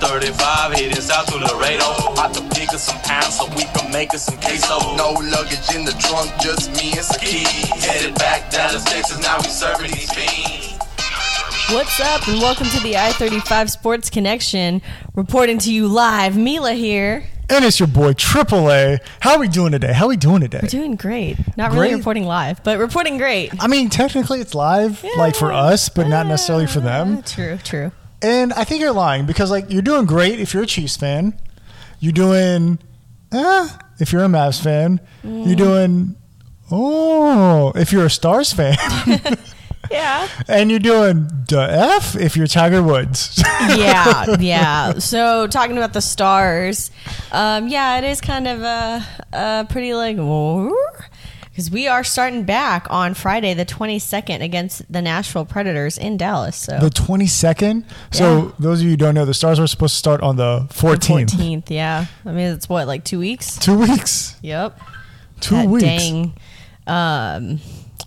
I-35 heading south to Laredo. About to pick up some pounds so we can make us some queso. No luggage in the trunk, just me and some keys. Headed back down to Texas, now we serving these fiends. What's up, and welcome to the I 35 Sports Connection. Reporting to you live, Mila here. And it's your boy Triple A. How we doing today? How we doing today? We're doing great. Not really Great. reporting live, but reporting great. I mean, technically it's live, like for us, but not necessarily for Ah, them. True, true. And I think you're lying because like you're doing great if you're a Chiefs fan. You're doing, eh, if you're a Mavs fan. Mm. You're doing, oh, if you're a Stars fan. Yeah. and you're doing the F if you're Tiger Woods. yeah, yeah. So talking about the stars, um, yeah, it is kind of a, a pretty like because we are starting back on Friday the twenty second against the Nashville Predators in Dallas. So the 22nd. So Yeah. those of you who don't know, the Stars were supposed to start on the 14th. fourteenth, yeah. I mean, it's what like two weeks. Two weeks. Yep. Two that weeks. dang um,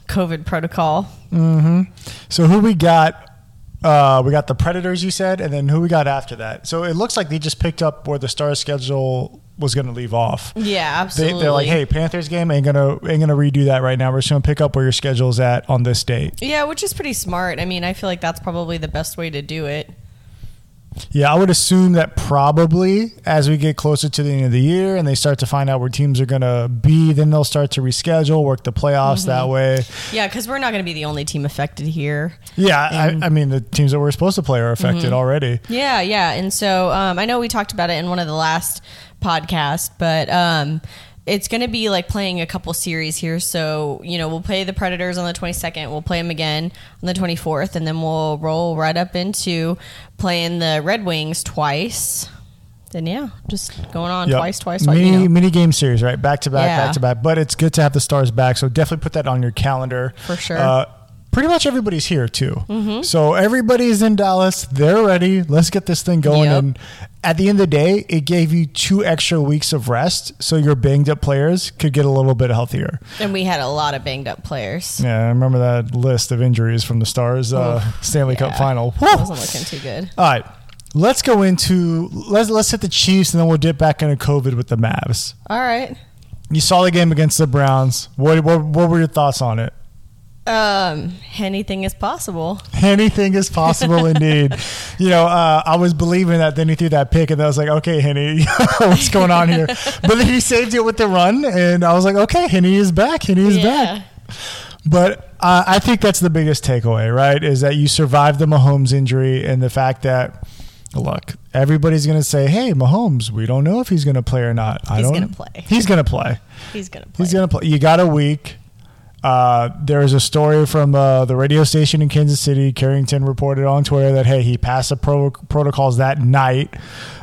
COVID protocol. So who we got? Uh, we got the Predators, you said, and then who we got after that. So it looks like they just picked up where the Stars schedule was going to leave off. Yeah, They, absolutely. they're like, "Hey, Panthers game ain't gonna ain't gonna redo that right now. We're just gonna pick up where your schedule's at on this date." Yeah, which is pretty smart. I mean, I feel like that's probably the best way to do it. Yeah, I would assume that probably as we get closer to the end of the year and they start to find out where teams are gonna be, then they'll start to reschedule, work the playoffs that way. Yeah, because we're not going to be the only team affected here. Yeah, I, I mean the teams that we're supposed to play are affected already. Yeah, yeah. And so um, I know we talked about it in one of the last podcasts, but um, it's going to be like playing a couple series here. So, you know, we'll play the Predators on the 22nd, we'll play them again on the 24th, and then we'll roll right up into playing the Red Wings twice. Then, yeah, just going on Yep. twice, twice, twice. Mini you know. mini game series, right? Back to back, Yeah. back to back. But it's good to have the stars back, so definitely put that on your calendar For sure. Mm-hmm. Uh, pretty much everybody's here too, so everybody's in Dallas. They're ready. Let's get this thing going. Yep. And at the end of the day, it gave you two extra weeks of rest, so your banged up players could get a little bit healthier. And we had a lot of banged up players. Yeah, I remember that list of injuries from the Stars uh, Stanley Cup yeah. final. That Whew. wasn't looking too good. All right. Let's go into let's let's hit the Chiefs and then we'll dip back into COVID with the Mavs. All right. You saw the game against the Browns. What what, what were your thoughts on it? Um, anything is possible. Anything is possible, indeed. You know, uh, I was believing that. Then he threw that pick, and I was like, "Okay, Henny, what's going on here?" But then he saved it with the run, and I was like, "Okay, Henny is back. Henny is back." But uh, I think that's the biggest takeaway, right? Is that you survived the Mahomes injury and the fact that, look, everybody's going to say, hey, Mahomes, we don't know if he's going to play or not. I He's don't. gonna play. He's going to play. He's gonna play. He's going to play. You got a week. Uh, there was a story from uh, the radio station in Kansas City. Carrington reported on Twitter that hey, he passed the pro- protocols that night,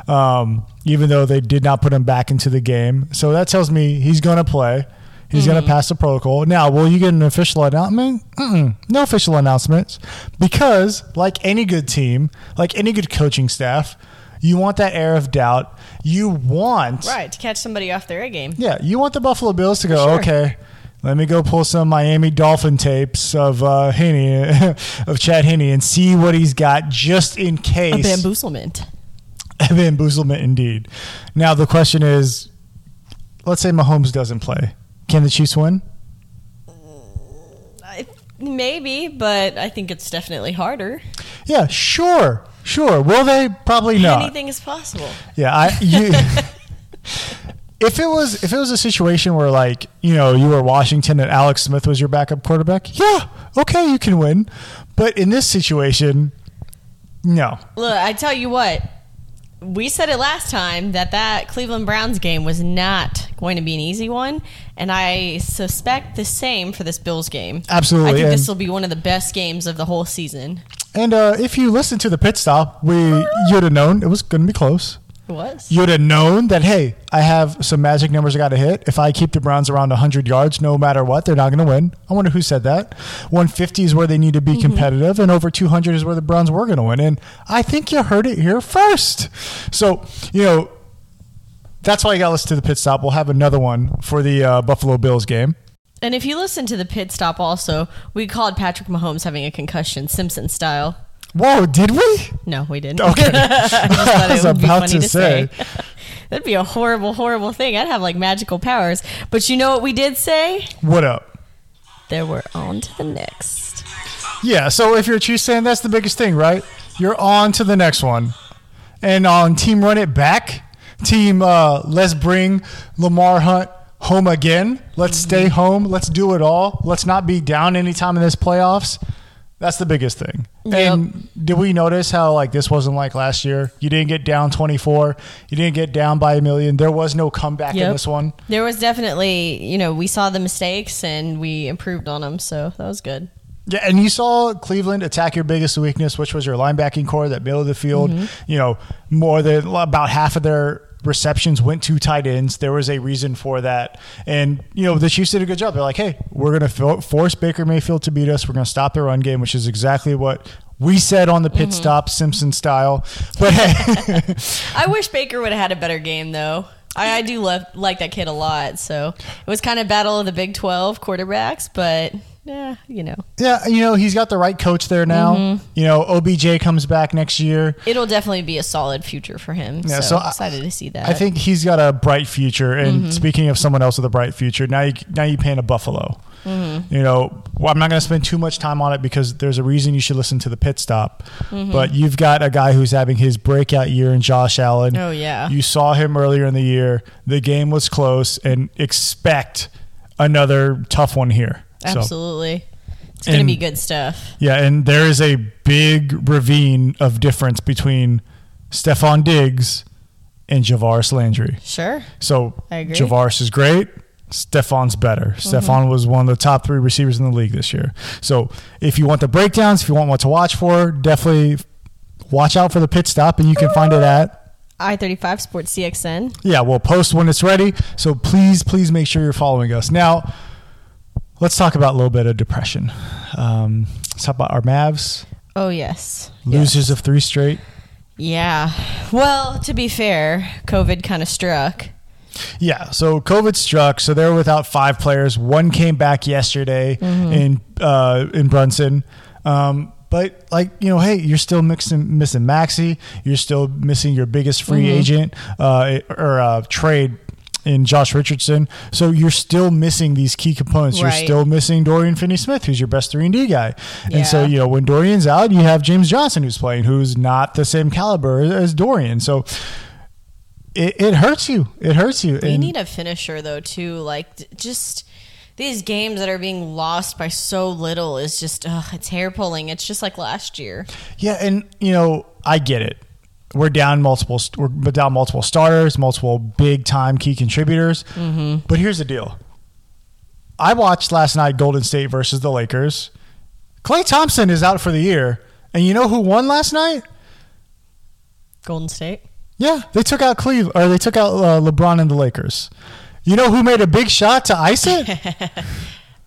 um, even though they did not put him back into the game. So that tells me he's going to play. He's Mm-hmm. going to pass the protocol. Now, will you get an official announcement? Mm-mm, no official announcements because, like any good team, like any good coaching staff, you want that air of doubt. You want Right, to catch somebody off their A game. yeah, you want the Buffalo Bills to go, sure. okay, let me go pull some Miami Dolphin tapes of uh, Haney, of Chad Henney and see what he's got just in A case. bamboozlement. A bamboozlement, indeed. Now, the question is let's say Mahomes doesn't play. Can the Chiefs win? I- Maybe, but I think it's definitely harder. Yeah, sure. Sure. Will they? Probably not. Anything is possible. Yeah, I you If it was if it was a situation where like, you know, you were Washington and Alex Smith was your backup quarterback, yeah, okay, you can win. But in this situation, no. Look, I tell you what, we said it last time that that Cleveland Browns game was not going to be an easy one, and I suspect the same for this Bills game. Absolutely, I think and- this will be one of the best games of the whole season. And uh, if you listen to the pit stop, we you'd have known it was gonna be close. It was. You'd have known that hey, I have some magic numbers I gotta hit. If I keep the Browns around hundred yards, no matter what, they're not gonna win. I wonder who said that. One fifty is where they need to be competitive, and over two hundred is where the Browns were gonna win. And I think you heard it here first. So, you know, that's why I got to listen to the pit stop. We'll have another one for the uh, Buffalo Bills game. And if you listen to the pit stop also, we called Patrick Mahomes having a concussion, Simpson style. Whoa, did we? No, we didn't. Okay. I just thought it I was would be about funny to to say. That'd be a horrible, horrible thing. I'd have like magical powers. But you know what we did say? What up? There we're on to the next. Yeah, so if you're a Chiefs fan, that's the biggest thing, right? You're on to the next one. And on Team Run It Back, Team uh, Let's Bring Lamar Hunt home again. Let's stay home. Let's do it all. Let's not be down anytime in this playoffs. That's the biggest thing. And did we notice how like this wasn't like last year? You didn't get down 24. You didn't get down by a million. There was no comeback in Yep. this one. There was definitely, you know, we saw the mistakes and we improved on them, so that was good. Yeah, and you saw Cleveland attack your biggest weakness, which was your linebacking core, that middle of the field. You know, more than about half of their receptions went to tight ends. There was a reason for that. And, you know, the Chiefs did a good job. They're like, hey, we're going to force Baker Mayfield to beat us. We're going to stop the run game, which is exactly what we said on the pit stop, Simpson style. But hey, I wish Baker would have had a better game though. I, I do love like that kid a lot, so it was kind of battle of the Big Twelve quarterbacks, but yeah, you know, yeah, you know, he's got the right coach there now. You know, OBJ comes back next year. it'll definitely be a solid future for him. Yeah, so, so I- excited to see that. I think he's got a bright future. Mm-hmm. And speaking of someone else with a bright future, now you now you paint a Buffalo. Mm-hmm. You know, well, I'm not going to spend too much time on it because there's a reason you should listen to the pit stop. Mm-hmm. But you've got a guy who's having his breakout year in Josh Allen. Oh, yeah. you saw him earlier in the year. The game was close, and expect another tough one here. So- absolutely, it's gonna And- be good stuff. yeah, and there is a big ravine of difference between Stefan Diggs and Javaris Landry. Sure, So I agree. Mm-hmm. Javaris is great. Stefan's better. Stefan was one of the top three receivers in the league this year. So if you want the breakdowns, if you want what to watch for, definitely watch out for the pit stop, and you can find it at I thirty five Sports CXN. yeah. We'll post when it's ready. So please, please make sure you're following us now. Let's talk about a little bit of depression. Um, let's talk about our Mavs Oh yes, losers of three straight. yeah. Well, to be fair, COVID kind of struck. Yeah, so COVID struck, so they're without five players. One came back yesterday Mm-hmm. in uh, in Brunson, um, but like you know, hey, you're still mixing, missing Maxi. You're still missing your biggest free Mm-hmm. agent uh, or uh, trade in Josh Richardson. So you're still missing these key components. Right. You're still missing Dorian Finney-Smith, who's your best three and D guy. And so Yeah. you know, when Dorian's out, you have James Johnson who's playing, who's not the same caliber as Dorian. So. It, it hurts you. It hurts you. We And- need a finisher though too. Like d- just these games that are being lost by so little is just ugh, it's hair pulling. It's just like last year. Yeah, and you know, I get it. We're down multiple. We're down multiple starters, multiple big time key contributors. But here's the deal. I watched last night Golden State versus the Lakers. Clay Thompson is out for the year, and you know who won last night? Golden State. Yeah, they took out Cleveland, or they took out uh, LeBron and the Lakers. You know who made a big shot to ice it?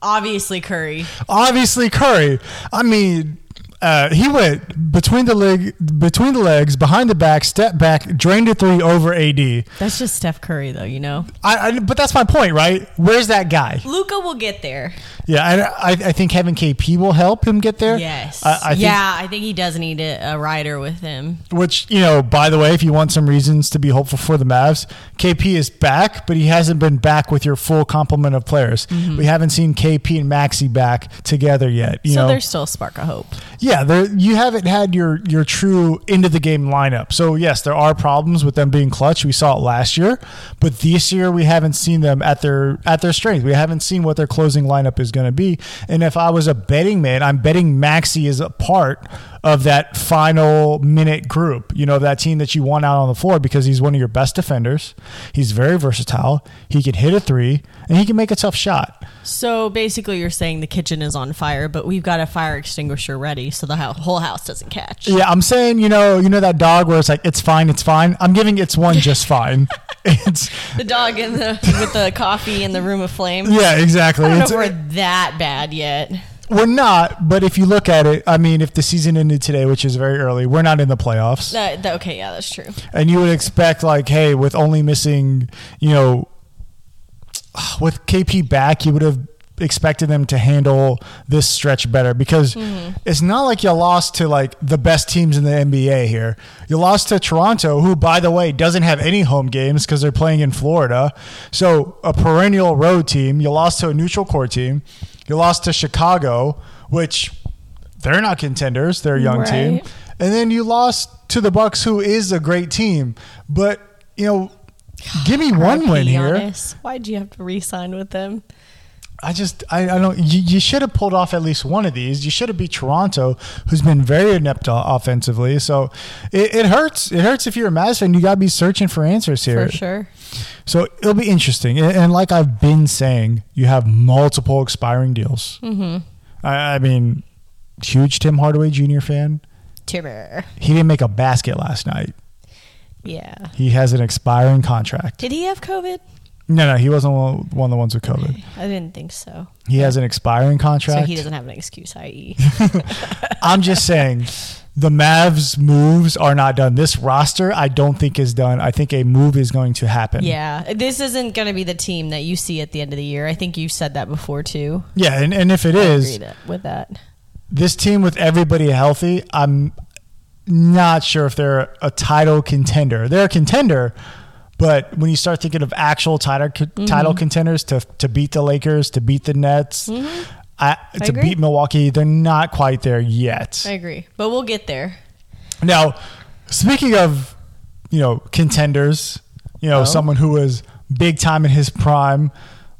Obviously Curry. obviously Curry. I mean, uh, he went between the leg, between the legs, behind the back, step back, drained a three over AD. I, That's just Steph Curry though, you know. I, but that's my point, right? Where's that guy? Luca will get there. Yeah, and I, I think having KP will help him get there. Yes. I, I think, yeah, I think he does need a, a rider with him. Which you know, by the way, if you want some reasons to be hopeful for the Mavs, KP is back, but he hasn't been back with your full complement of players. We haven't seen KP and Maxi back together yet. You so know? there's still a spark of hope. Yeah, there, you haven't had your your true end of the game lineup. So yes, there are problems with them being clutch. We saw it last year, but this year we haven't seen them at their at their strength. We haven't seen what their closing lineup is going to be. And if I was a betting man, I'm betting Maxi is a part of that final minute group. You know that team that you want out on the floor because he's one of your best defenders. He's very versatile. He can hit a three and he can make a tough shot. So basically you're saying the kitchen is on fire, but we've got a fire extinguisher ready so the hou- whole house doesn't catch. Yeah, I'm saying, you know, you know that dog where it's like it's fine, it's fine. I'm giving it's one just fine. It's The dog in the with the coffee in the room of flame. yeah, exactly. I don't Mm-hmm. It's, know if we're that bad yet. we're not, but if you look at it, I mean, if the season ended today, which is very early, we're not in the playoffs, That, that- okay, yeah, that's true. and you would expect like, hey, with only missing, you know, with KP back, you would have expected them to handle this stretch better because it's not like you lost to like the best teams in the NBA here. You lost to Toronto, who by the way doesn't have any home games because they're playing in Florida. So a perennial road team. You lost to a neutral court team. You lost to Chicago, which they're not contenders. They're a young Right. team. And then you lost to the Bucks, who is a great team. But you know, give me one win here. Why'd you have to re-sign with them? I just, I, I don't. You, you should have pulled off at least one of these. You should have beat Toronto, who's been very inept o- offensively. So it, it hurts. It hurts if you're a Mavs fan. You got to be searching for answers here. For sure. So it'll be interesting. And, and like I've been saying, you have multiple expiring deals. Mm-hmm. I, I mean, huge Tim Hardaway Jr. fan. Timber. He didn't make a basket last night. Yeah. He has an expiring contract. Did he have COVID? No, no, he wasn't one one of the ones with COVID. I didn't think so. He has an expiring contract. So he doesn't have an excuse, i.e. I'm just saying the Mavs moves are not done. This roster I don't think is done. I think a move is going to happen. yeah. This isn't going to be the team that you see at the end of the year. I think you said that before too. Yeah, and, and if it I is, agree that- with that. this team with everybody healthy, I'm not sure if they're a title contender. They're a contender, but when you start thinking of actual title Mm-hmm. title contenders to to beat the Lakers, to beat the Nets, I, to Mm-hmm. agree. beat Milwaukee, they're not quite there yet. I agree. But we'll get there. Now, speaking of, you know, contenders, you Uh-huh. know, someone who was big time in his prime,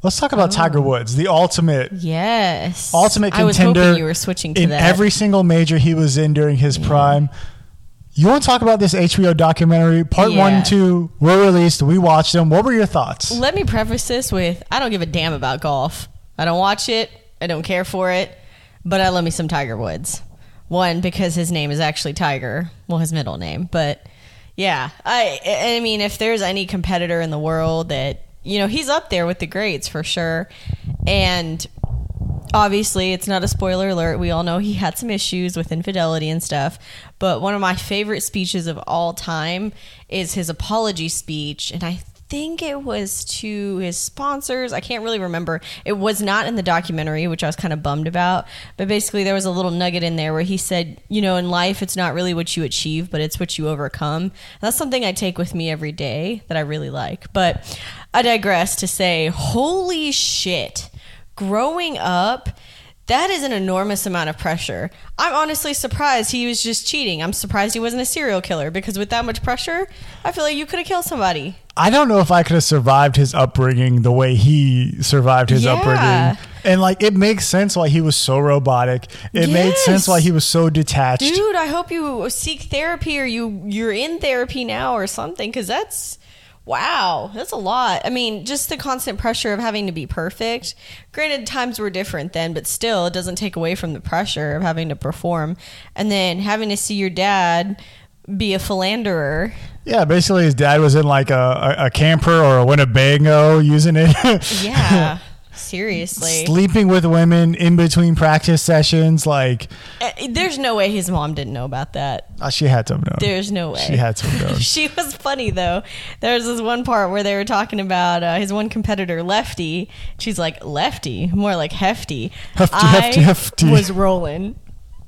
let's talk about Tiger Woods, the ultimate Yes. ultimate Oh. I was contender. hoping you were switching to in that. every single major he was in during his prime. You want to talk about this HBO documentary? Part one Yeah. and two were released. We watched them. What were your thoughts? Let me preface this with I don't give a damn about golf. I don't watch it. I don't care for it. But I love me some Tiger Woods. One because his name is actually Tiger. Well, his middle name, but yeah. I I mean, if there's any competitor in the world that you know, he's up there with the greats for sure. And obviously it's not a spoiler alert we all know he had some issues with infidelity and stuff but one of my favorite speeches of all time is his apology speech and i think it was to his sponsors i can't really remember it was not in the documentary which i was kind of bummed about but basically there was a little nugget in there where he said you know in life it's not really what you achieve but it's what you overcome and that's something i take with me every day that i really like but i digress to say holy shit growing up, that is an enormous amount of pressure. I'm honestly surprised he was just cheating. I'm surprised he wasn't a serial killer because with that much pressure, I feel like you could have killed somebody. I don't know if I could have survived his upbringing the way he survived his Yeah. upbringing. And like it makes sense why he was so robotic. It made sense Yes. why he was so detached. Dude, I hope you seek therapy or you you're in therapy now or something cuz that's wow, that's a lot. I mean, just the constant pressure of having to be perfect. Granted times were different then, but still it doesn't take away from the pressure of having to perform and then having to see your dad be a philanderer Yeah, basically his dad was in like a, a, a camper or a Winnebago using it. Yeah, seriously. Sleeping with women in between practice sessions, like Uh, There's no way his mom didn't know about that. uh, she had to have known. There's no way. She had to have known. she was funny though. There was this one part where they were talking about uh, his one competitor, Lefty. She's like Lefty, more like Hefty. Hefty, I hefty, hefty. Was rolling.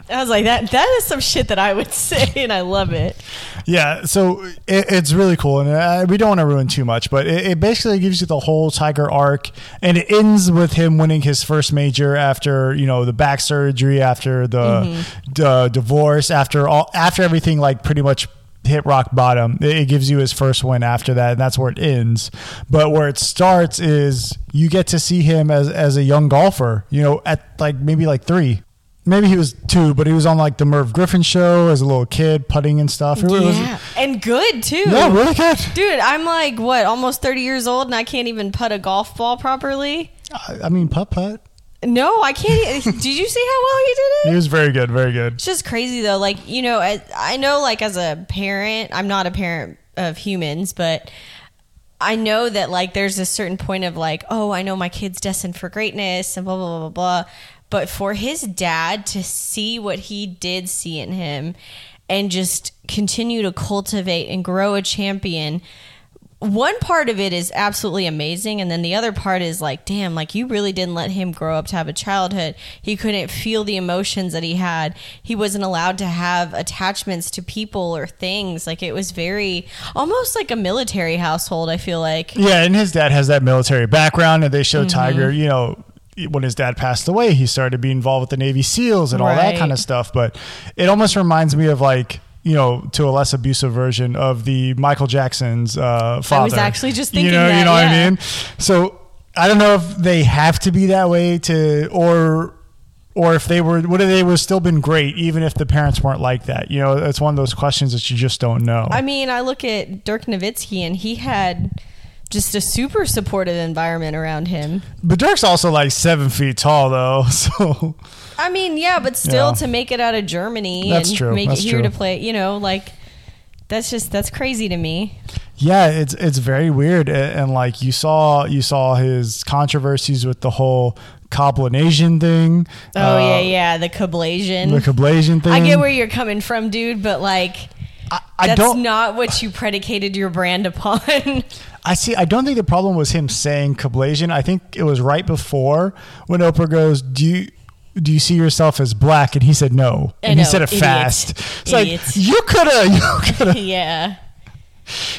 I was like that. That is some shit that I would say, and I love it. Yeah, so it, it's really cool, and uh, we don't want to ruin too much, but it, it basically gives you the whole Tiger arc, and it ends with him winning his first major after you know the back surgery, after the the divorce, after all, after everything like pretty much hit rock bottom. It, it gives you his first win after that, and that's where it ends. But where it starts is you get to see him as as a young golfer, you know, at like maybe like three. Maybe he was two, but he was on like the Merv Griffin show as a little kid, putting and stuff. It was- Yeah, and good too. yeah, really good. Dude, I'm like what, almost 30 years old, and I can't even putt a golf ball properly. I, I mean, putt putt. No, I can't. e- Did you see how well he did it? He was very good, very good. It's just crazy though. Like you know, I, I know like as a parent, I'm not a parent of humans, but I know that like there's a certain point of like, oh, I know my kid's destined for greatness and blah blah blah blah blah. But for his dad to see what he did see in him and just continue to cultivate and grow a champion one part of it is absolutely amazing and then the other part is like damn like you really didn't let him grow up to have a childhood he couldn't feel the emotions that he had he wasn't allowed to have attachments to people or things like it was very almost like a military household i feel like Yeah, and his dad has that military background, and they show Mm-hmm. Tiger, you know, when his dad passed away, he started to be involved with the Navy SEALs and all that Right. kind of stuff. But it almost reminds me of like, you know, to a less abusive version of the Michael Jackson's uh, father. actually just you thinking know, you that, know what I yeah. mean. So I don't know if they have to be that way to or. Or if they were, would they would still been great, even if the parents weren't like that? You know, it's one of those questions that you just don't know. I mean, I look at Dirk Nowitzki, and he had just a super supportive environment around him. but Dirk's also like seven feet tall, though. So I mean, yeah, but still Yeah. to make it out of Germany That's and true. make That's it here to true. play, you know, like that's just that's crazy to me. Yeah, it's it's very weird, A- and, like you saw you saw his controversies with the whole Coblin thing. Oh uh, yeah, yeah, the Kablasian. the Coblasian thing. I get where you're coming from, dude, but like I, I that's don't. not what you predicated your brand upon. I see. I don't think the problem was him saying Coblasian. I think it was right before when Oprah goes, "Do you?" Do you see yourself as black? And he said no, I and he know, said it idiot. fast. It's Idiot. like you could have, you could have, yeah,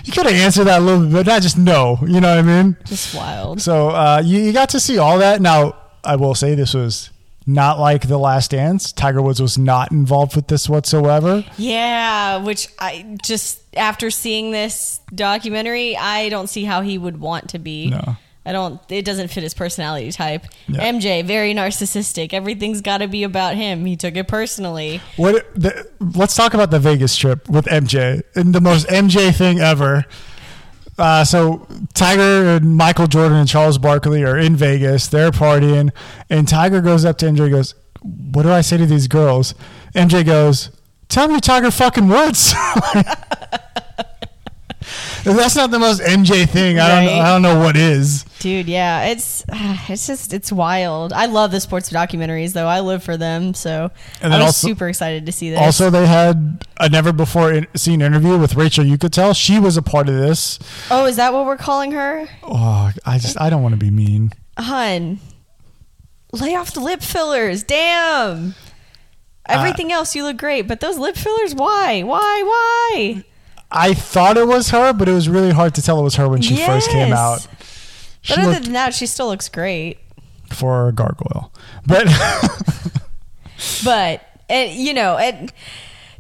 you could have answered that a little bit, but not just no. You know what I mean? just wild. So uh, you, you got to see all that. Now, I will say this was not like The Last Dance. Tiger Woods was not involved with this whatsoever. Yeah, which I just after seeing this documentary, I don't see how he would want to be. No. I don't. It doesn't fit his personality type. Yeah. MJ very narcissistic. Everything's got to be about him. He took it personally. What? The, let's talk about the Vegas trip with MJ and the most MJ thing ever. Uh, so Tiger and Michael Jordan and Charles Barkley are in Vegas. They're partying, and Tiger goes up to MJ and goes, "What do I say to these girls?" MJ goes, "Tell me Tiger fucking Woods." That's not the most MJ thing. I don't. Right. I don't know what is. Dude, yeah, it's it's just it's wild. I love the sports documentaries though. I live for them, so And I then was also- super excited to see this. Also, they had a never before in- seen interview with Rachel. You could tell she was a part of this. oh, is that what we're calling her? Oh, I just I don't want to be mean. Hun, lay off the lip fillers. Damn. Uh, Everything else, you look great, but those lip fillers, why? Why? Why? I thought it was her, but it was really hard to tell it was her when she first came Yes. out. She But other looked than that, she still looks great. for a gargoyle, but But it, you know, it,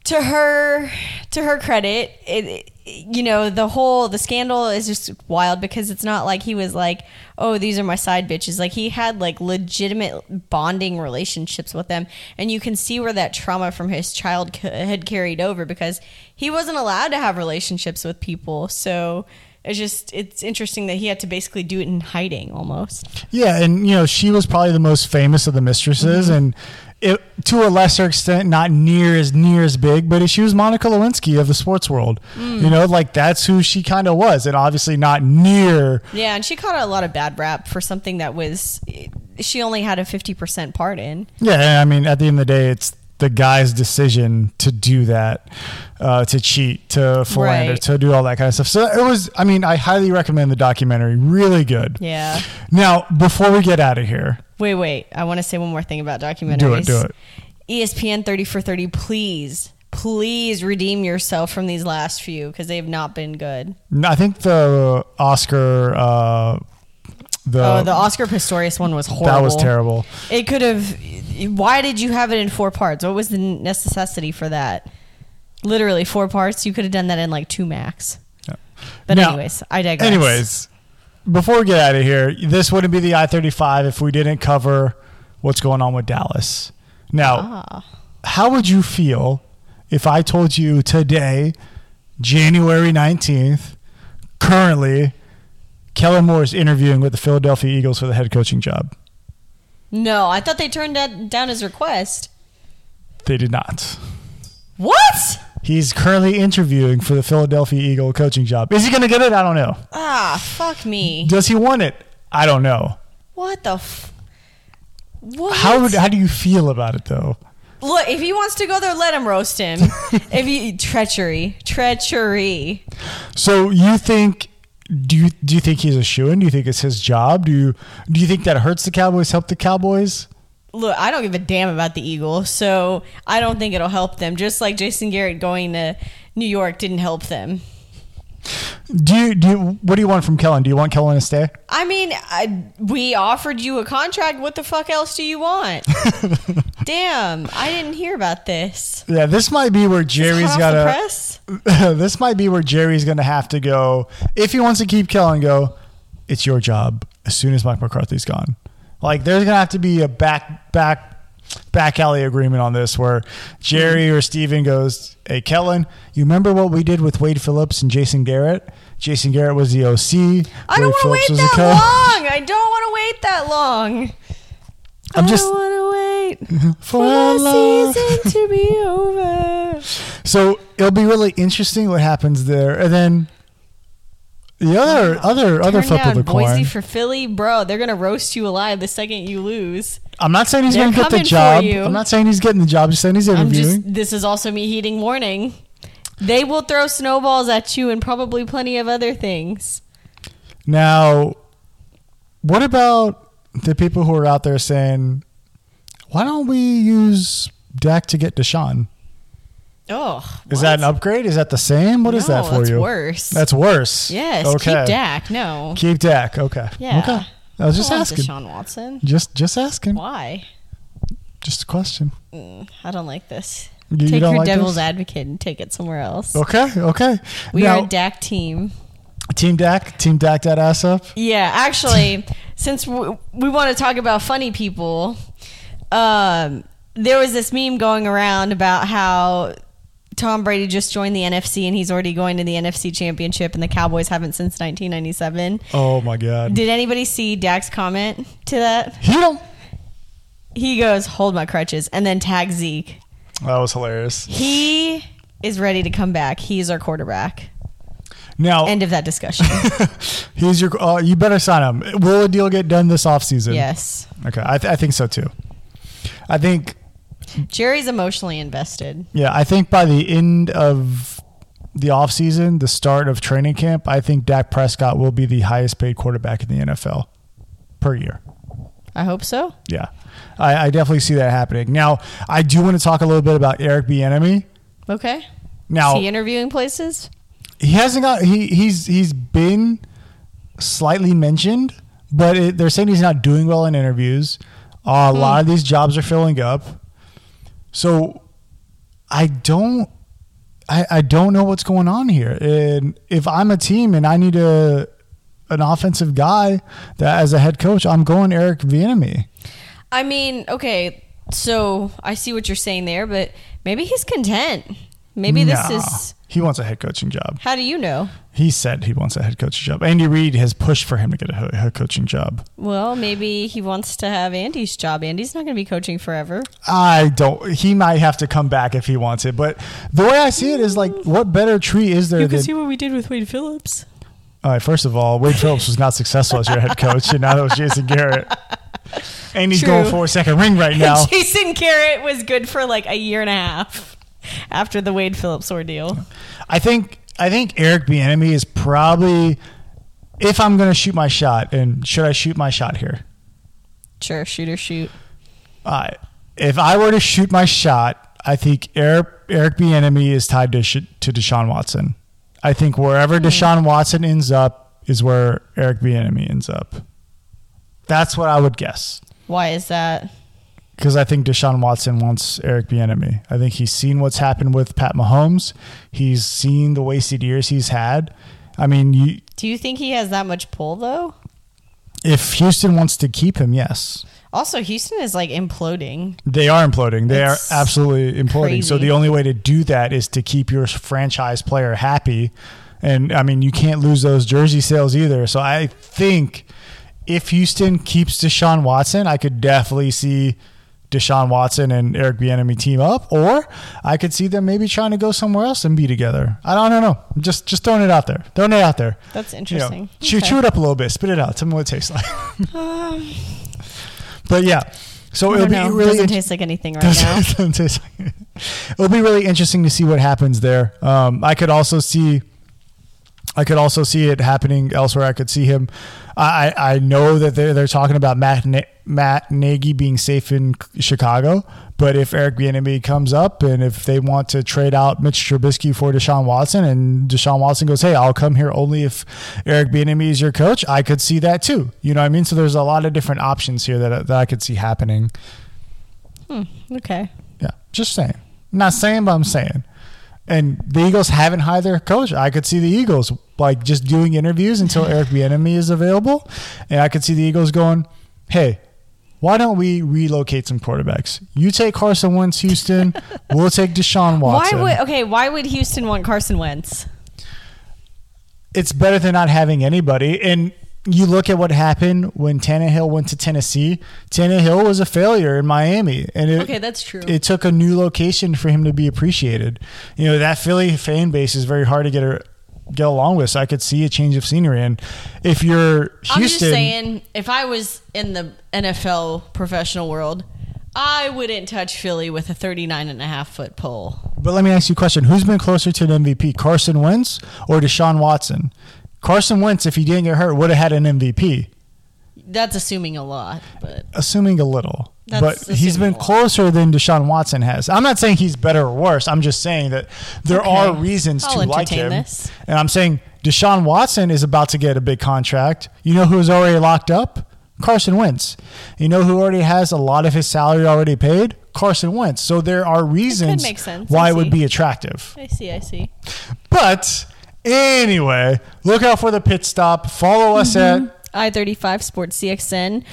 to her, to her credit, it, you know, the whole the scandal is just wild because it's not like he was like, oh, these are my side bitches. Like he had like legitimate bonding relationships with them, and you can see where that trauma from his childhood carried over because he wasn't allowed to have relationships with people, so. It's just it's interesting that he had to basically do it in hiding almost. yeah, and you know she was probably the most famous of the mistresses, and it, to a lesser extent, not near as near as big, but she was Monica Lewinsky of the sports world. You know, like that's who she kind of was, and obviously not near Yeah, and she caught a lot of bad rap for something that was she only had a 50% part in. Yeah, and I mean, at the end of the day, it's the guy's decision to do that, uh, to cheat, to philander, Right. to do all that kind of stuff. So it was, I mean, I highly recommend the documentary. Really good. Yeah. Now, before we get out of here, Wait, wait. I want to say one more thing about documentaries. E do it, do it. ESPN 30 for 30, please. Please redeem yourself from these last few cuz they've not been good. I think the Oscar, uh, the, Oh, the Oscar Pistorius one was horrible. Uh, that was terrible. It could have why did you have it in four parts? What was the necessity for that? Literally four parts. You could have done that in like two max. Yeah. But Now- anyways, I digress. Anyways, before we get out of here, this wouldn't be the I 35 if we didn't cover what's going on with Dallas. Now, how would you feel if I told you today, January 19th, currently, Kellen Moore is interviewing with the Philadelphia Eagles for the head coaching job? No, I thought they turned that down his request. They did not. What? He's currently interviewing for the Philadelphia Eagle coaching job. Is he going to get it? I don't know. Ah, fuck me. Does he want it? I don't know. What the f- What? How, would, how do you feel about it, though? Look, if he wants to go there, let him roast him. if he treachery, treachery. So you think do you do you think he's a shoe in? Do you think it's his job? Do you do you think that hurts the Cowboys? Help the Cowboys? look, I don't give a damn about the Eagles, so I don't think it'll help them. Just like Jason Garrett going to New York didn't help them. Do you do you, what do you want from Kellen? Do you want Kellen to stay? I mean, I, we offered you a contract. What the fuck else do you want? damn, I didn't hear about this. Yeah, this might be where Jerry's Hot got off the to. press. this might be where Jerry's going to have to go if he wants to keep Kellen. Go. It's your job as soon as Mike McCarthy's gone. Like there's going to have to be a back back back alley agreement on this where Jerry or Steven goes, "Hey Kellen, you remember what we did with Wade Phillips and Jason Garrett? Jason Garrett was the OC. I don't Wade want to Phillips wait was the that coach." long. I don't want to wait that long. I'm I just don't want to wait for for love. the season to be over. So it'll be really interesting what happens there, and then the other other other Turn flip of down the Boise coin. for Philly, bro. They're gonna roast you alive the second you lose. I'm not saying he's They're going to get the coming for job. you. I'm not saying he's getting the job. I'm saying he's I'm interviewing. just. This is also me heeding warning. They will throw snowballs at you and probably plenty of other things. now, what about the people who are out there saying, "Why don't we use Dak to get Deshaun? Oh, Is that an upgrade? Is that the same? What is No, that for that's you? worse. That's worse. yes? Keep Dak. No. Keep Dak. Okay. Yeah. Okay. I was just I don't asking. want Deshaun Watson. Just just asking. Why? Just a question. I don't like this. You- you take don't your like devil's this? Oh, advocate and take it somewhere else. Okay. Okay. We Now- are a Dak team. Team Dak, Team Dak that ass up. Yeah, actually, since we, we want to talk about funny people, um, there was this meme going around about how Tom Brady just joined the NFC and he's already going to the NFC Championship, and the Cowboys haven't since 1997. Oh my god. Did anybody see Dak's comment to that? he don't. He goes, "Hold my crutches," and then tag Zeke. That was hilarious. He is ready to come back. He's our quarterback. Now End of that discussion. he's your. Uh, you better sign him. Will a deal get done this offseason? yes, Okay, I, th- I think so too. I think Jerry's emotionally invested. yeah. I think by the end of the offseason, the start of training camp, I think Dak Prescott will be the highest paid quarterback in the NFL per year. I hope so. Yeah, I, I definitely see that happening. Now I do want to talk a little bit about Eric Bieniemy. Okay. Now Is he interviewing places? he hasn't got he he's he's been slightly mentioned, but it, they're saying he's not doing well in interviews. Uh, a Hmm. lot of these jobs are filling up, so I don't I, I don't know what's going on here. And if I'm a team and I need a an offensive guy that as a head coach, I'm going Eric Bieniemy. I mean, okay, so I see what you're saying there, but maybe he's content. Maybe this Nah. is he wants a head coaching job. how do you know? He said he wants a head coaching job. Andy Reid has pushed for him to get a he- head coaching job. Well, maybe he wants to have Andy's job. Andy's not going to be coaching forever. I don't. He might have to come back if he wants it. But the way I see it is like, what better tree is there than? what we did with Wade Phillips. all right, first of all, Wade Phillips was not successful as your head coach, and now that was Jason Garrett. And he's True. going for a second ring right now. Jason Garrett was good for like a year and a half after the Wade Phillips ordeal. I think I think Eric Bieniemy is probably, if I'm going to shoot my shot, and should I shoot my shot here? Sure, shoot or shoot. Uh, if I were to shoot my shot, I think Eric Eric Bieniemy is tied to Sh- to Deshaun Watson. I think wherever Deshaun Watson ends up is where Eric Bieniemy ends up. That's what I would guess Why is that? because I think Deshaun Watson wants Eric Bieniemy. I think he's seen what's happened with Pat Mahomes. He's seen the wasted years he's had. I mean, you, Do you think he has that much pull though? if Houston wants to keep him, yes. Also, Houston is like imploding. They are imploding. They It's are absolutely imploding. So crazy. the only way to do that is to keep your franchise player happy, and I mean you can't lose those jersey sales either. So I think if Houston keeps Deshaun Watson, I could definitely see Deshaun Watson and Eric Bieniemy team up, or I could see them maybe trying to go somewhere else and be together. I don't, I don't know. I'm Just just throwing it out there. Throwing it out there. That's You know, interesting. chew, Okay. Um, chew it up a little bit. Spit it out. Tell me what it tastes like. but yeah. So I it'll don't be know. really doesn't int- taste like anything right now. Doesn't taste like- It'll be really interesting to see what happens there. Um, I could also see I could also see it happening elsewhere. I could see him. I I I know that they're they're talking about Matt Na- Matt Nagy being safe in Chicago, but if Eric Bieniemy comes up and if they want to trade out Mitch Trubisky for Deshaun Watson and Deshaun Watson goes, hey, I'll come here only if Eric Bieniemy is your coach, I could see that too. You know what I mean? So there's a lot of different options here that that I could see happening. Okay. Yeah, just saying. I'm not saying, but I'm saying. And the Eagles haven't hired their coach. I could see the Eagles like just doing interviews until Eric Bieniemy is available, and I could see the Eagles going, "Hey, why don't we relocate some quarterbacks? You take Carson Wentz, Houston. we'll take Deshaun Why Watson. would okay? Why would Houston want Carson Wentz? it's better than not having anybody. And you look at what happened when Tannehill went to Tennessee. Tannehill was a failure in Miami, and it, Okay, that's true. It took a new location for him to be appreciated. You know that Philly fan base is very hard to get a, get along with. So I could see a change of scenery. And if you're Houston, I'm just saying, if I was in the NFL professional world, I wouldn't touch Philly with a 39 and a half foot pole. But let me ask you a question: Who's been closer to an MVP, Carson Wentz or Deshaun Watson? Carson Wentz, if he didn't get hurt, would have had an MVP, That's assuming a lot, but assuming a little. That's but he's assuming been a lot. closer than Deshaun Watson has. I'm not saying he's better or worse. I'm just saying that there Okay. are reasons I'll to like entertain him. this. And I'm saying Deshaun Watson is about to get a big contract. You know who's already locked up? Carson Wentz. You know who already has a lot of his salary already paid? Carson Wentz. So there are reasons make sense. why I it would see. be attractive. I see, I see. But anyway, look out for the pit stop. Follow us Mm-hmm. at I 35 Sports CXN.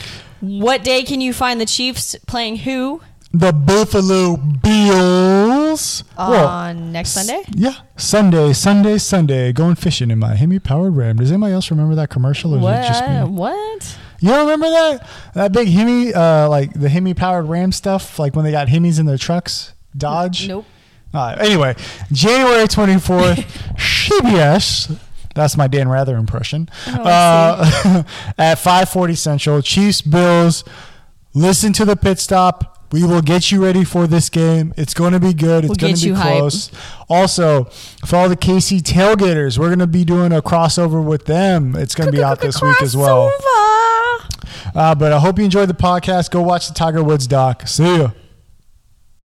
What day can you find the Chiefs playing who? the Buffalo Bills On next Sunday? Yeah, Sunday, Sunday, Sunday. Going fishing in my Hemi powered Ram. Does anybody else remember that commercial? Or is it just me? What? What? You don't remember that that big Hemi, uh, like the Hemi powered Ram stuff, like when they got Hemis in their trucks. Dodge. Nope. Uh, anyway, January twenty fourth, CBS. That's my Dan Rather impression. Oh, uh, at five forty Central, Chiefs Bills. Listen to the pit stop. We will get you ready for this game. It's going to be good. It's We'll going get to be you hype. close. Also, for all the KC tailgaters, we're going to be doing a crossover with them. It's going to be out this week as well. Crossover. Uh, but I hope you enjoyed the podcast. Go watch the Tiger Woods doc. See you.